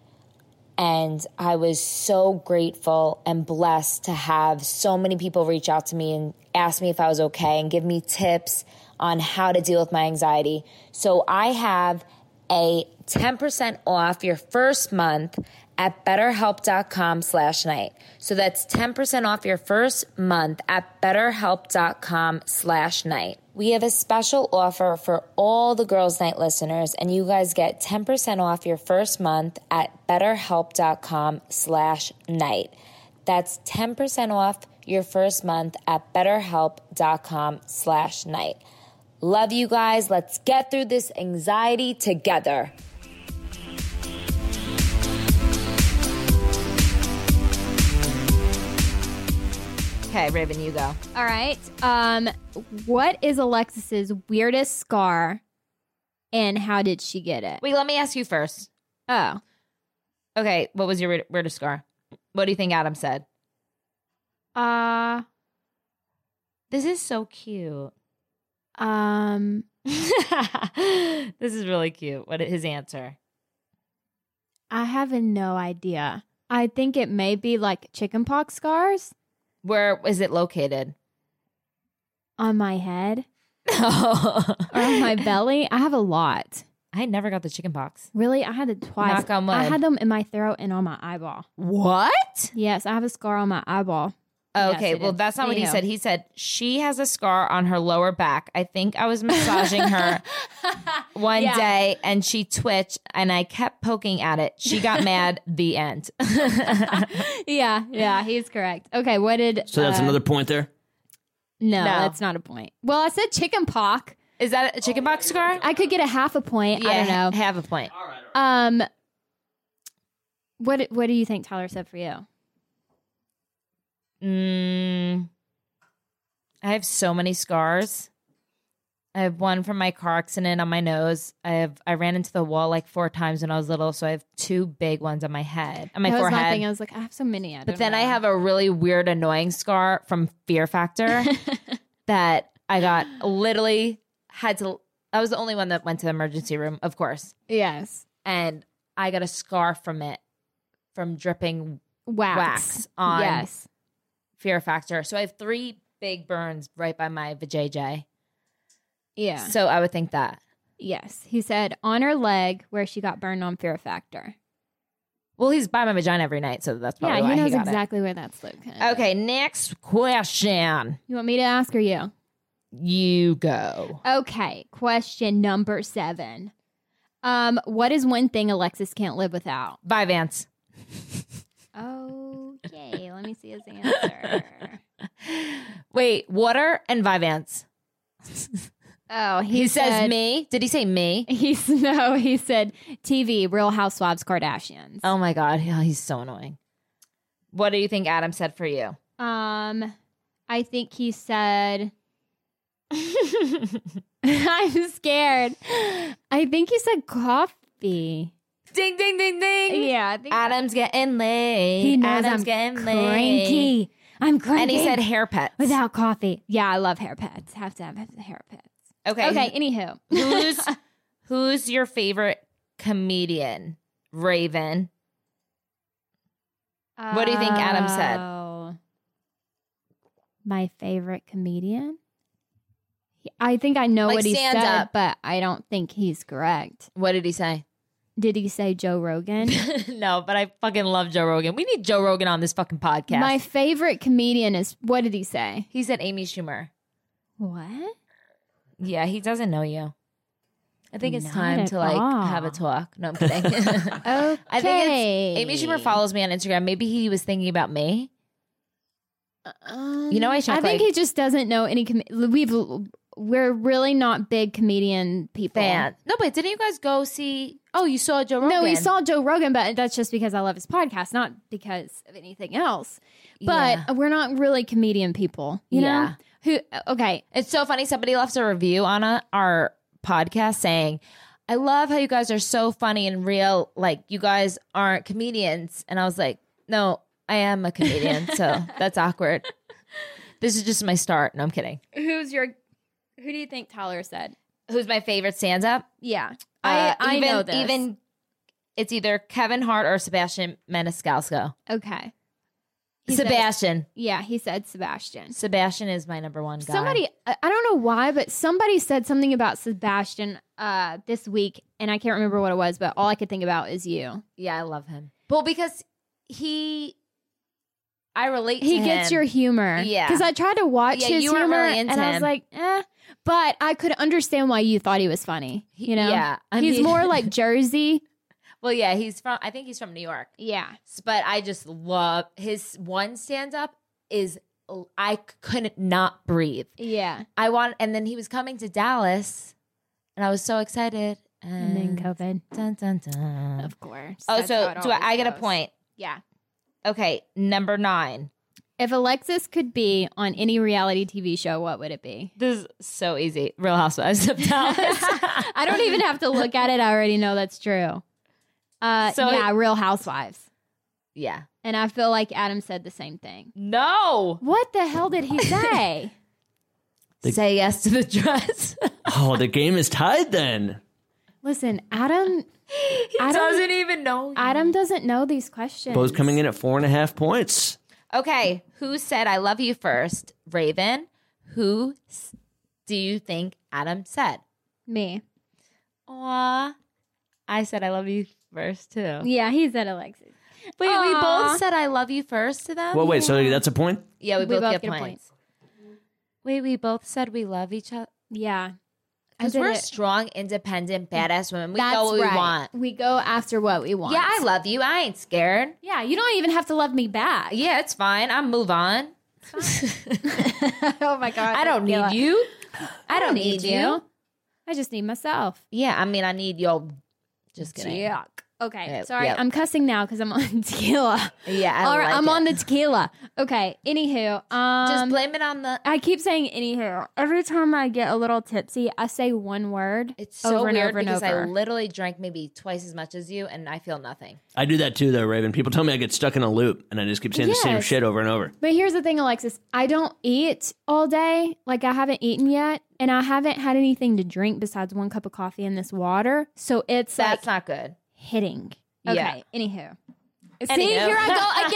And I was so grateful and blessed to have so many people reach out to me and ask me if I was okay and give me tips on how to deal with my anxiety. So I have a 10% off your first month at betterhelp.com slash night. So that's 10% off your first month at betterhelp.com slash night. We have a special offer for all the Girls Night listeners, and you guys get 10% off your first month at betterhelp.com slash night. That's 10% off your first month at betterhelp.com slash night. Love you guys. Let's get through this anxiety together. Okay, Raven, you go.
All right. Um, what is Alexis's weirdest scar, and how did she get it?
Wait, let me ask you first.
Oh,
Okay, what was your weird- weirdest scar? What do you think Adam said?
uh,
This is so cute.
um,
this is really cute. What his answer?
I have no idea. I think it may be like chickenpox scars
Where is it located?
on my head
oh,
or on my belly. I have a lot.
I never got the chicken pox.
Really, I had it twice.
Knock on wood.
I had them in my throat and on my eyeball.
What?
Yes, I have a scar on my eyeball. Yes,
Okay,
it
well,
is.
that's not what he
Anywho.
said. He said she has a scar on her lower back. I think I was massaging her one
Yeah.
day and she twitched and I kept poking at it. She got mad. The end.
yeah, yeah, he's correct. Okay, what did?
So that's
uh,
another point there.
No,
No.
that's not a point. Well, I said chicken pox.
Is that a chicken pox scar?
I could get a half a point. I don't know.
Have a point.
All right. All right.
Um, what what do you think Tyler said for you?
Mm, I have so many scars. I have one from my car accident on my nose. I have I ran into the wall like four times when I was little, so I have two big ones on my head, on my
that was
forehead.
my thing. I was like, I have so many. I
But
don't
then
know.
I have a really weird, annoying scar from Fear Factor that I got literally had to. I was the only one that went to the emergency room, of course,
yes.
and I got a scar from it from dripping
Wax.
Wax on-
Yes.
Fear Factor. So I have three big burns right by my vajayjay.
Yeah.
So I would think that.
Yes. He said on her leg where she got burned on Fear Factor.
Well, he's by my vagina every night, so that's probably
yeah,
why
he
he,
knows
Oh, got
exactly where that's located.
it. Okay, next question.
You want me to ask or you?
You go.
Okay. Question number seven. Um, what is one thing Alexis can't live without?
Vivance.
Okay, let me see his answer.
Wait, water and Vivance.
Oh, he,
He, says
said-
me. Did he say me?
He's no, he said TV, Real Housewives, Kardashians.
Oh my god, yeah, he's so annoying. What do you think Adam said for you?
Um, I think he said. I'm scared. I think he said coffee.
Ding ding ding ding.
Yeah, I think
Adam's getting laid.
He knows
Adam's
I'm
getting laid.
cranky. I'm cranky.
And he said hair pets.
without coffee. Yeah, I love hair pets. Have to have hair pets.
okay.
Okay. Anywho,
who's who's your favorite comedian? Raven. What do you think Adam said?
Oh. My favorite comedian? He- I think I know
Like
what he
stand
said,
up.
but I don't think he's correct.
What did he say?
Did he say Joe Rogan?
no, but I fucking love Joe Rogan. We need Joe Rogan on this fucking podcast.
My favorite comedian is what did he say?
he said Amy Schumer.
What?
Yeah, he doesn't know you. I think it's
Not
time
at
to like
all.
have a talk. No, I'm kidding.
Okay.
I think it's Amy Schumer follows me on Instagram. Maybe he was thinking about me. You know, I
Um, I
check, like-
think he just doesn't know any. Com- we've we're really not big comedian people.
Fan. No, but didn't you guys go see? Oh, you saw Joe Rogan.
No, we saw Joe Rogan, but that's just because I love his podcast, not because of anything else. But
Yeah.
we're not really comedian people, you
Yeah.
know? Who okay.
It's so funny. Somebody left a review on a, our podcast saying, I love how you guys are so funny and real. Like, you guys aren't comedians. And I was like, no, I am a comedian. so that's awkward. This is just my start. No, I'm kidding.
Who's your who do you think Tyler said?
Who's my favorite stand up?
Yeah. I I
Uh, even,
know this.
Even It's either Kevin Hart or Sebastian Maniscalco.
Okay. He said-
Sebastian.
yeah, he said Sebastian.
Sebastian is my number one guy.
Somebody, I I don't know why, but somebody said something about Sebastian uh, this week, and I can't remember what it was, but all I could think about is you.
Yeah, I love him. Well, because he, I relate.
He
to
gets
him.
your humor.
Yeah.
Because I tried to watch
Yeah,
his
you weren't
humor,
really into
and I was
him.
like, eh. But I could understand why you thought he was funny. You know?
Yeah, I
He's
mean-
more like Jersey.
Well, yeah, he's from. I think he's from New York.
Yeah.
S- But I just love his one stand up is I couldn't not breathe.
Yeah.
I want, and then he was coming to Dallas, and I was so excited.
And
And,
then COVID.
Dun, dun, dun.
Of course.
Mm. Oh,
That's how
so
it
do I,
always
I get a
goes.
point?
Yeah.
Okay, number nine.
If Alexis could be on any reality TV show, what would it be?
This is so easy. Real Housewives of Dallas.
I don't even have to look at it. I already know that's true. Uh,
So-
yeah, Real Housewives.
yeah.
And I feel like Adam said the same thing.
No.
What the hell did he say?
The-
Say yes to the dress.
Oh, the game is tied then.
Listen, Adam.
he
I don't-
doesn't even know.
Adam doesn't know these questions.
Both coming in at four and a half points.
Okay, who said I love you first? Raven. Who s- do you think Adam said?
Me.
Aw, I said I love you first too.
Yeah, he said Alexis.
Wait, we
Aw.
both said I love you first to
Oh,
them.
Well, wait, so that's a point?
yeah, we,
We
both,
both
get,
get a point.
points. Wait, we both said we love each other
Yeah. I
because
did
we're
it.
strong, independent, badass women. We
That's
know what
right.
we want.
We go after what we want.
Yeah, I love you. I ain't scared.
Yeah, you don't even have to love me back.
Yeah, it's fine. I move on.
oh my god.
I don't need you. I don't need you.
I just need myself.
Yeah, I mean, I need y'all. Just kidding.
Yuck. Okay,
Yeah,
sorry.
yep.
I'm cussing now because I'm on tequila.
Yeah, I
or
like
I'm
it.
on the tequila. Okay. Anywho, um,
Just blame it on the.
I keep saying anywho. Every time I get a little tipsy, I say one word.
It's so
over and
weird
over and
because I
over.
literally drank maybe twice as much as you, and I feel nothing.
I do that too, though, Raven. People tell me I get stuck in a loop and I just keep saying the same
Yes.
shit over and over.
But here's the thing, Alexis. I don't eat all day. Like I haven't eaten yet, and I haven't had anything to drink besides one cup of coffee and this water. So it's
That's not
like
good.
hitting. Okay.
Yeah.
Anywho. See,
Anywho.
here I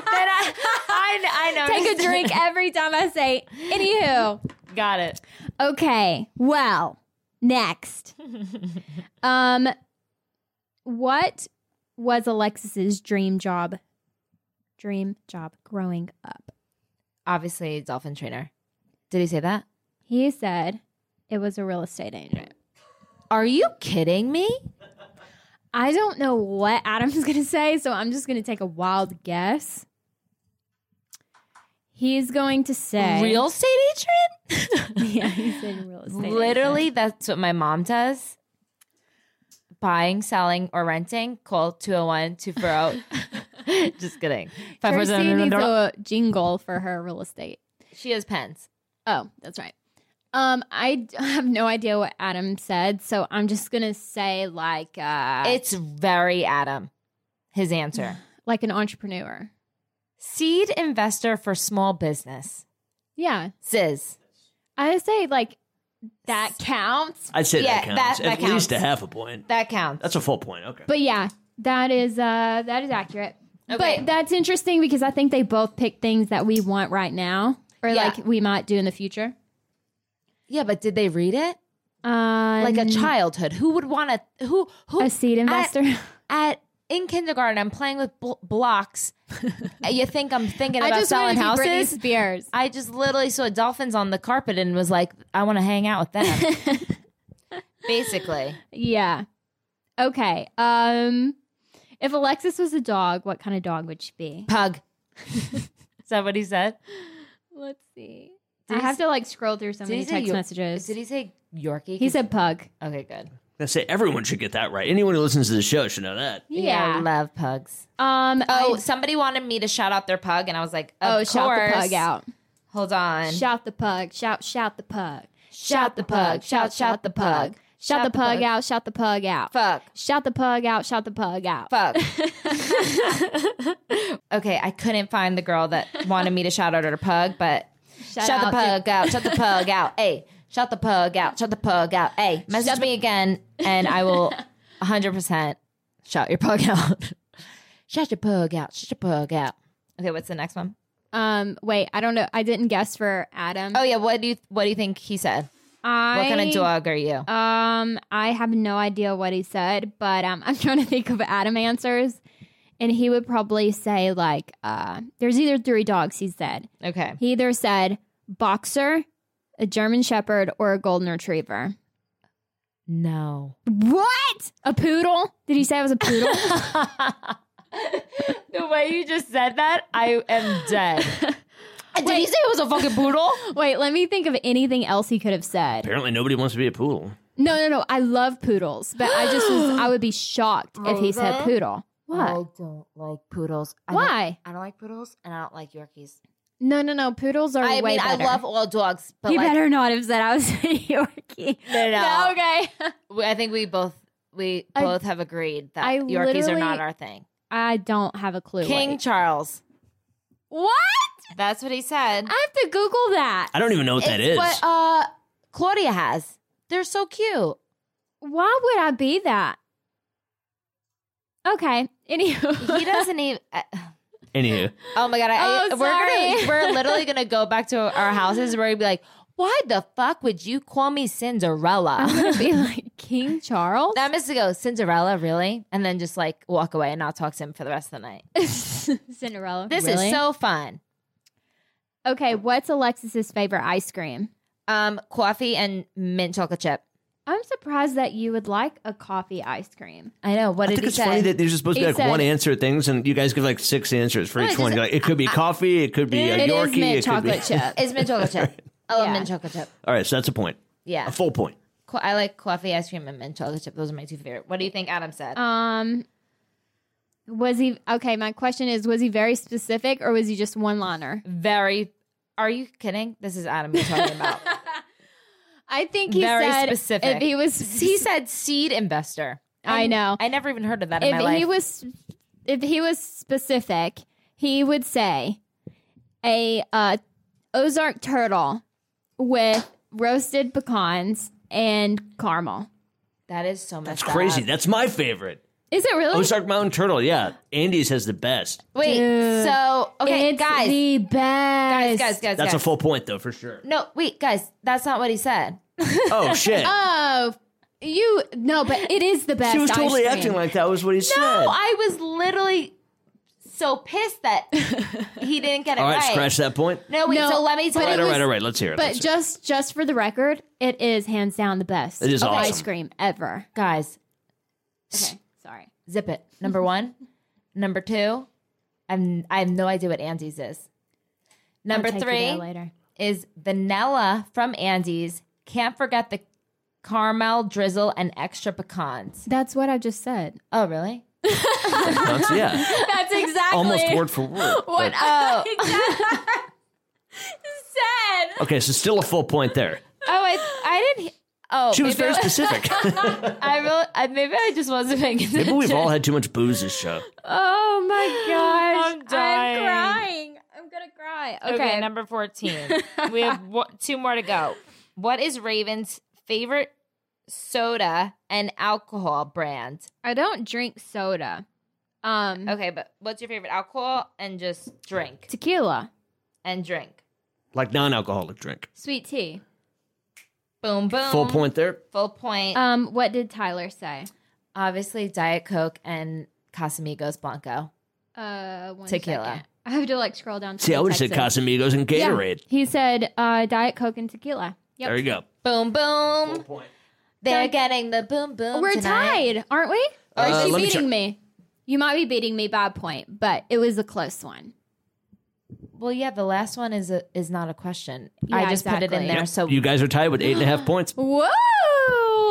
Then I, I, I know.
go again. Take a drink every time I say anywho.
Got it.
Okay. Well, next. um what was Alexis's dream job? Dream job growing up.
Obviously, dolphin trainer. Did he say that?
He said it was a real estate agent.
Are you kidding me?
I don't know what Adam's going to say, so I'm just going to take a wild guess. He's going to say
Real estate agent?
Yeah, he said real estate. agent.
Literally, that's what my mom does. Buying, selling, or renting. Call 201 240. Just kidding. Five four
Kirsty needs
seven-
a jingle for her real estate.
She has pens.
Oh, that's right. Um, I d- have no idea what Adam said, so I'm just gonna say like uh,
It's very Adam, his answer.
like an entrepreneur.
Seed investor for small business.
Yeah,
Sis.
I say like that counts.
I'd say
Yeah,
that counts.
that- that
at least a
counts.
half a point.
That counts.
That's a full point. Okay.
But yeah, that is uh that is accurate.
Okay.
But that's interesting because I think they both pick things that we want right now, or
Yeah.
like we might do in the future.
yeah, but did they read it?
Uh,
Like a childhood. Who would want to who who
a seed investor.
at in kindergarten I'm playing with bl- blocks. you think I'm thinking about
I just
selling
wanted to be Britney
houses?
Spears.
I just literally saw dolphins on the carpet and was like, I want to hang out with them. Basically.
Yeah. Okay. Um if Alexis was a dog, what kind of dog would she be?
Pug. Is that what he said?
Let's see.
Did
I
he
have
s-
to like scroll through so
Did he
many
say
text
Yor-
messages.
Did he say Yorkie?
He said pug.
Okay, good.
I say everyone should get that right. Anyone who listens to the show should know that.
I
Yeah.
love pugs.
Um
Oh,
I-
somebody wanted me to shout out their pug, and I was like,
oh,
of
shout the
course.
pug out.
Hold on.
Shout the pug. Shout shout the pug.
Shout the pug. Shout, shout the pug.
Shout the pug out. Shout the pug out.
Fuck.
Shout the pug out. Shout the pug out.
Fuck. okay, I couldn't find the girl that wanted me to shout out her pug, but shout, the
out
pug out. Shout the pug out. Hey, shout the pug out. Shout the pug out. Hey, message me again, and I will 100% Shout your pug out. Shout your pug out. Shout your pug out. Okay, what's the next one?
Um, wait, I don't know. I didn't guess for Adam.
Oh yeah, what do you what do you think he said?
I,
What kind of dog are you?
Um, I have no idea what he said, but um, I'm trying to think of Adam answers, and he would probably say like, uh, "There's either three dogs." He said
Okay.
he either said boxer, a German Shepherd, or a Golden Retriever.
No.
What? A poodle? Did he say it was a poodle?
the way you just said that, I am dead. Did
Wait.
he say it was a fucking poodle?
Wait, let me think of anything else he could have said.
Apparently, nobody wants to be a poodle.
No, no, no. I love poodles, but I just was, I would be shocked if he said poodle. What?
I don't like poodles. I don't-
Why?
I don't like poodles and I don't like Yorkies.
No, no, no. Poodles are
I
way
mean,
better.
I love all dogs, but
you
like,
better not have said I was a Yorkie.
No, no, no.
okay.
we- I think we both we
I-
both have agreed that
I
Yorkies are
literally-
not our thing.
I don't have a clue.
King
what-
Charles.
What?
That's what he said.
I have to Google that.
I don't even know what that
It's
is.
What uh, Claudia has. They're so cute.
Why would I be that? Okay. Anywho.
He doesn't even. uh,
Anywho,
Oh my god! I,
Oh,
we're
sorry.
gonna we're literally gonna go back to our houses where we'd be like, "Why the fuck would you call me
I'm
Cinderella?"
gonna be like King Charles.
That means to go Cinderella, really, and then just like walk away and not talk to him for the rest of the night.
Cinderella.
This
Really?
is so fun.
Okay, what's Alexis's favorite ice cream?
Um, coffee and mint chocolate chip.
I'm surprised that you would like a coffee ice cream.
I know. What
I
did
think
he
it's
say?
funny that there's supposed to be
He
like
said-
one answer to things, and you guys give like six answers for
No,
each
it's
one.
just-
You're like, it could be coffee, it could be a
it
Yorkie,
is mint
it could be-
chocolate chip.
it's mint chocolate chip. I love
Yeah.
mint chocolate chip.
All right, so that's a point,
Yeah,
a full point.
Co- I like coffee ice cream and mint chocolate chip. Those are my two favorite. What do you think Adam said?
Um, was he okay? My question is, was he very specific or was he just one liner?
Very. Are you kidding? This is Adam you're talking about.
I think he
Very
said
specific.
if he was.
he said seed investor.
I know.
I never even heard of that in
If
my
he
life.
was, if he was specific, he would say a uh, Ozark turtle with roasted pecans and caramel.
that is so much.
It's crazy. That's my favorite.
Is it really?
Ozark Mountain Turtle. Yeah, Andy's has the best.
Wait.
Dude.
so okay,
it's
guys,
the best.
guys, guys, guys,
That's
guys.
a full point though, for sure.
no, wait, guys. That's not what he said.
Oh shit!
Oh, you no, but it is the best.
she was
ice
totally
cream.
acting like that was what he said.
No, I was literally so pissed that he didn't get it
All right,
right.
scratch that point.
No, wait.
No,
so let me tell
but
you.
All
it
right,
was-
all right. Let's hear it.
But
Let's
just just for the record, it is hands down the best.
It is
of
awesome.
ice cream ever.
guys,
Okay, sorry.
zip it. Number one. Number two. I'm. I have no idea what Andy's is. Number
I'll take you
three.
there later.
is vanilla from Andes. Can't forget the caramel drizzle and extra pecans.
That's what I just said.
Oh, really?
hear it. yeah,
That's exactly
almost word for word.
what uh,
but-
Oh.
I said.
okay, so still a full point there.
Oh, I I didn't. he- Oh,
She was
maybe
very specific.
I, I really, I, maybe I just wasn't paying attention.
Maybe we've all had too much booze this show.
Oh my gosh!
I'm dying.
crying. I'm gonna cry. Okay.
okay, number fourteen. we have wo- two more to go. What is Raven's favorite soda and alcohol brand?
I don't drink soda. Um,
Okay, but what's your favorite alcohol and just drink
tequila,
and drink?
Like non-alcoholic drink.
sweet tea.
Boom, boom.
Full point there.
Full point.
Um, what did Tyler say?
Uh, Obviously, Diet Coke and Casamigos Blanco.
Uh, one
Tequila.
second. I have to like scroll down. to
See, I
the
would have said
text.
Casamigos and
Yeah.
Gatorade.
He said uh, Diet Coke and tequila. Yep.
There you go.
Boom, boom.
point.
They're
Done.
getting the boom, boom.
Oh, We're
tonight.
tied, aren't we? Or
Uh,
is she
let me
beating
check.
me? You might be beating me by a point, but it was a close one.
Well, yeah. The last one is a, is not a question. I
Yeah,
just put it
exactly.
in there.
Yep.
So
You guys are tied with eight and a half points.
Whoa!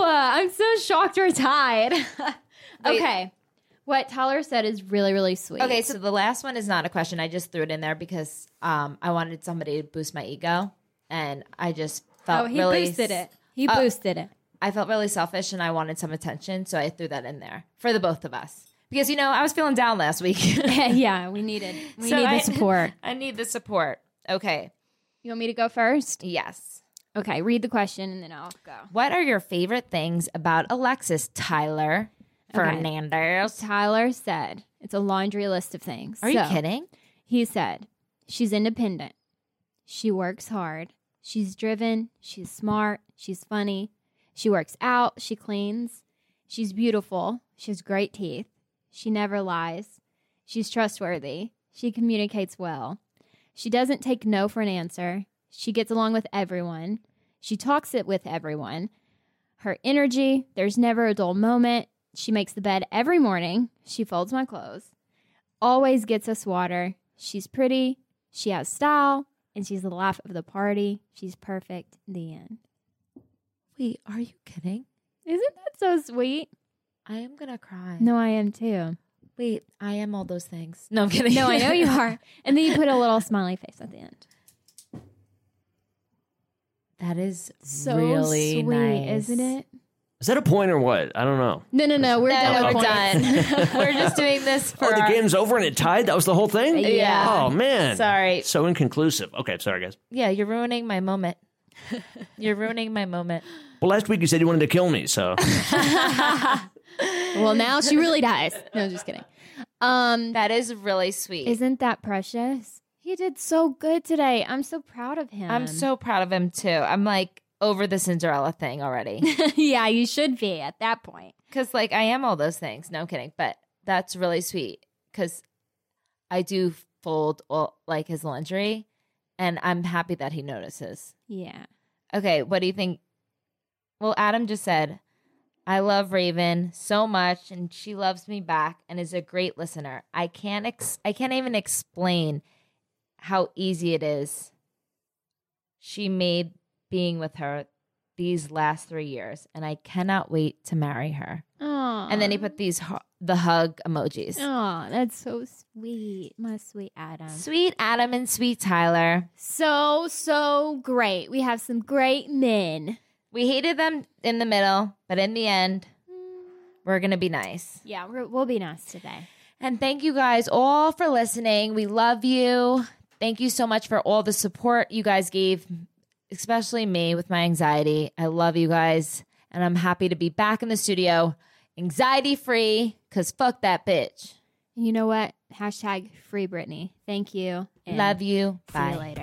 I'm so shocked we're tied. okay. What Tyler said is really, really sweet.
okay. So the last one is not a question. I just threw it in there because um I wanted somebody to boost my ego, and I just
Oh,
felt
he
really
boosted
s-
it. He boosted it.
I felt really selfish, and I wanted some attention, so I threw that in there for the both of us because you know I was feeling down last week.
yeah, we needed we
So
need
I-
the support.
I need the support. Okay.
You want me to go first?
Yes.
Okay, read the question and then I'll go.
What are your favorite things about Alexis, Tyler? Fernandez.
Tyler said it's a laundry list of things.
Are you
So,
kidding?
He said she's independent. She works hard. She's driven. She's smart. She's funny. She works out. She cleans. She's beautiful. She has great teeth. She never lies. She's trustworthy. She communicates well. She doesn't take no for an answer. She gets along with everyone. She talks it with everyone. Her energy, there's never a dull moment. She makes the bed every morning. She folds my clothes. Always gets us water. She's pretty. She has style. And she's the life of the party. She's perfect. The end.
Wait, are you kidding?
Isn't that so sweet?
I am gonna cry.
No, I am too.
wait, I am all those things. No, I'm kidding.
No, I know you are. And then you put a little smiley face at the end.
That is
So
really
sweet,
nice,
isn't it?
Is that a point or what? I don't know.
No, no, no. We're done.
No,
with
we're
points.
done. we're just doing this for.
oh, the
our-
game's over and it tied. That was the whole thing.
Yeah.
Oh man.
Sorry.
So inconclusive. Okay, sorry guys.
Yeah, you're ruining my moment. you're ruining my moment.
Well, last week you said you wanted to kill me, so
Well, now she really dies. No, just kidding. Um,
That is really sweet.
isn't that precious? He did so good today. I'm so proud of him.
I'm so proud of him too. I'm like over the Cinderella thing already.
yeah, you should be at that point.
Cause like I am all those things. No I'm kidding. But that's really sweet. Cause I do fold all, like his lingerie and I'm happy that he notices.
Yeah.
Okay. What do you think? Well, Adam just said, I love Raven so much and she loves me back and is a great listener. I can't ex- I can't even explain how easy it is she made being with her these last 3 years and I cannot wait to marry her.
Oh.
And then he put these hu- the hug emojis.
Oh, that's so sweet, my sweet Adam.
Sweet Adam and sweet Tyler.
So so great. We have some great men.
We hated them in the middle, but in the end, we're going to be nice.
Yeah, we're, we'll be nice today.
And thank you guys all for listening. We love you. Thank you so much for all the support you guys gave, especially me with my anxiety. I love you guys. And I'm happy to be back in the studio, anxiety free, because fuck that bitch.
You know what? Hashtag free Britney. Thank you. and
Love you.
See
Bye.
you later.